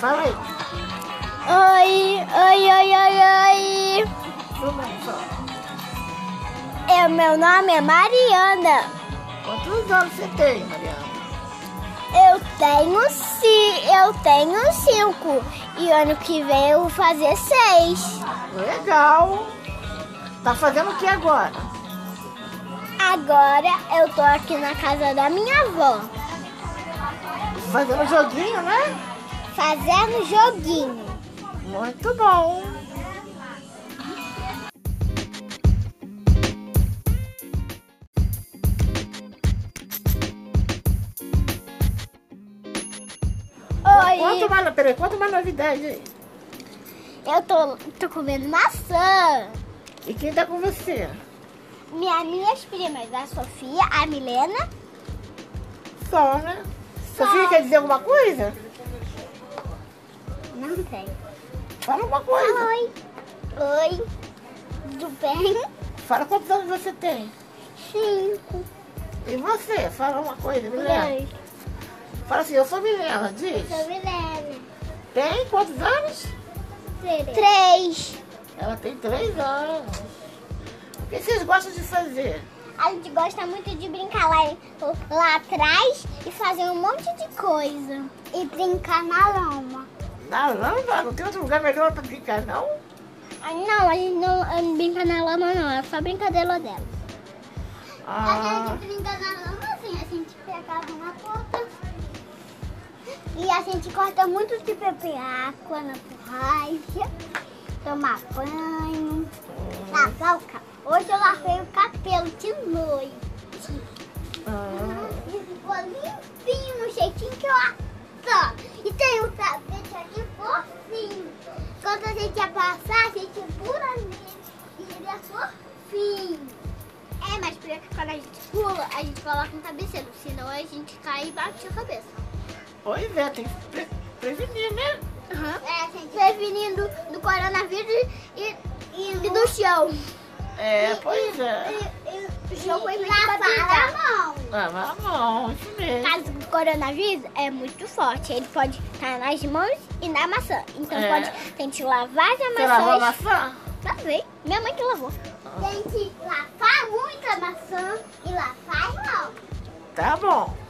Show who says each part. Speaker 1: Fala aí.
Speaker 2: Oi, oi, oi, oi, oi.
Speaker 1: Tudo bem, fala.
Speaker 2: Eu, meu nome é Mariana.
Speaker 1: Quantos anos você tem, Mariana?
Speaker 2: Eu tenho ci, eu tenho cinco. E ano que vem eu vou fazer seis.
Speaker 1: Legal. Tá fazendo o que agora?
Speaker 2: Agora eu tô aqui na casa da minha avó,
Speaker 1: Fazendo joguinho, né?
Speaker 2: fazendo joguinho.
Speaker 1: Muito bom. Quanto
Speaker 2: Oi,
Speaker 1: mais, peraí, quanto mais novidade aí?
Speaker 2: eu tô, tô comendo maçã.
Speaker 1: E quem tá com você?
Speaker 2: Minha, minhas primas, a Sofia, a Milena.
Speaker 1: Só, né?
Speaker 2: Só.
Speaker 1: Sofia, quer dizer alguma coisa?
Speaker 2: Não tem.
Speaker 1: Fala alguma coisa.
Speaker 2: Oi. Oi. Tudo bem?
Speaker 1: Fala quantos anos você tem.
Speaker 2: Cinco.
Speaker 1: E você? Fala uma coisa, Milena.
Speaker 2: Dois.
Speaker 1: Fala assim, eu sou Milena, diz.
Speaker 2: Sou Milena.
Speaker 1: Tem quantos anos?
Speaker 2: Três.
Speaker 1: Ela tem três anos. O que vocês gostam de fazer?
Speaker 2: A gente gosta muito de brincar lá, lá atrás e fazer um monte de coisa. E brincar na lama.
Speaker 1: Na lama? Não tem outro lugar melhor pra brincar, não?
Speaker 2: Ah, não, a gente não, a gente brinca na lama não, é só brincadeira dela.
Speaker 1: Ah,
Speaker 2: brinca na lama assim, a gente pegava uma porta e a gente gosta muito de beber água na borracha, tomar banho, lavar o cabelo. Hoje eu lavei o cabelo de noite.
Speaker 1: ah.
Speaker 2: E ficou limpinho no jeitinho que eu adoro. E tem um tapete aqui fofinho. Quando a gente ia passar, a gente pula nele e ele é fofinho. É, mas por- quando a gente pula, a gente coloca um cabeceiro, senão a gente cai e bate a cabeça.
Speaker 1: Pois é, tem que pre- prevenir, né?
Speaker 2: É, a gente prevenindo do coronavírus e, e, do chão.
Speaker 1: É, pois é.
Speaker 2: E, o chão foi lavar a mão.
Speaker 1: Lava a mão, tá isso mesmo.
Speaker 2: caso do coronavírus é muito forte. Ele pode estar nas mãos e na maçã. Então
Speaker 1: É.
Speaker 2: pode tem que lavar as
Speaker 1: Você lavou a
Speaker 2: maçãs.
Speaker 1: maçã? Ah.
Speaker 2: Lavei. Minha mãe que lavou. Tem que lavar muita maçã e lavar a mão.
Speaker 1: Tá bom.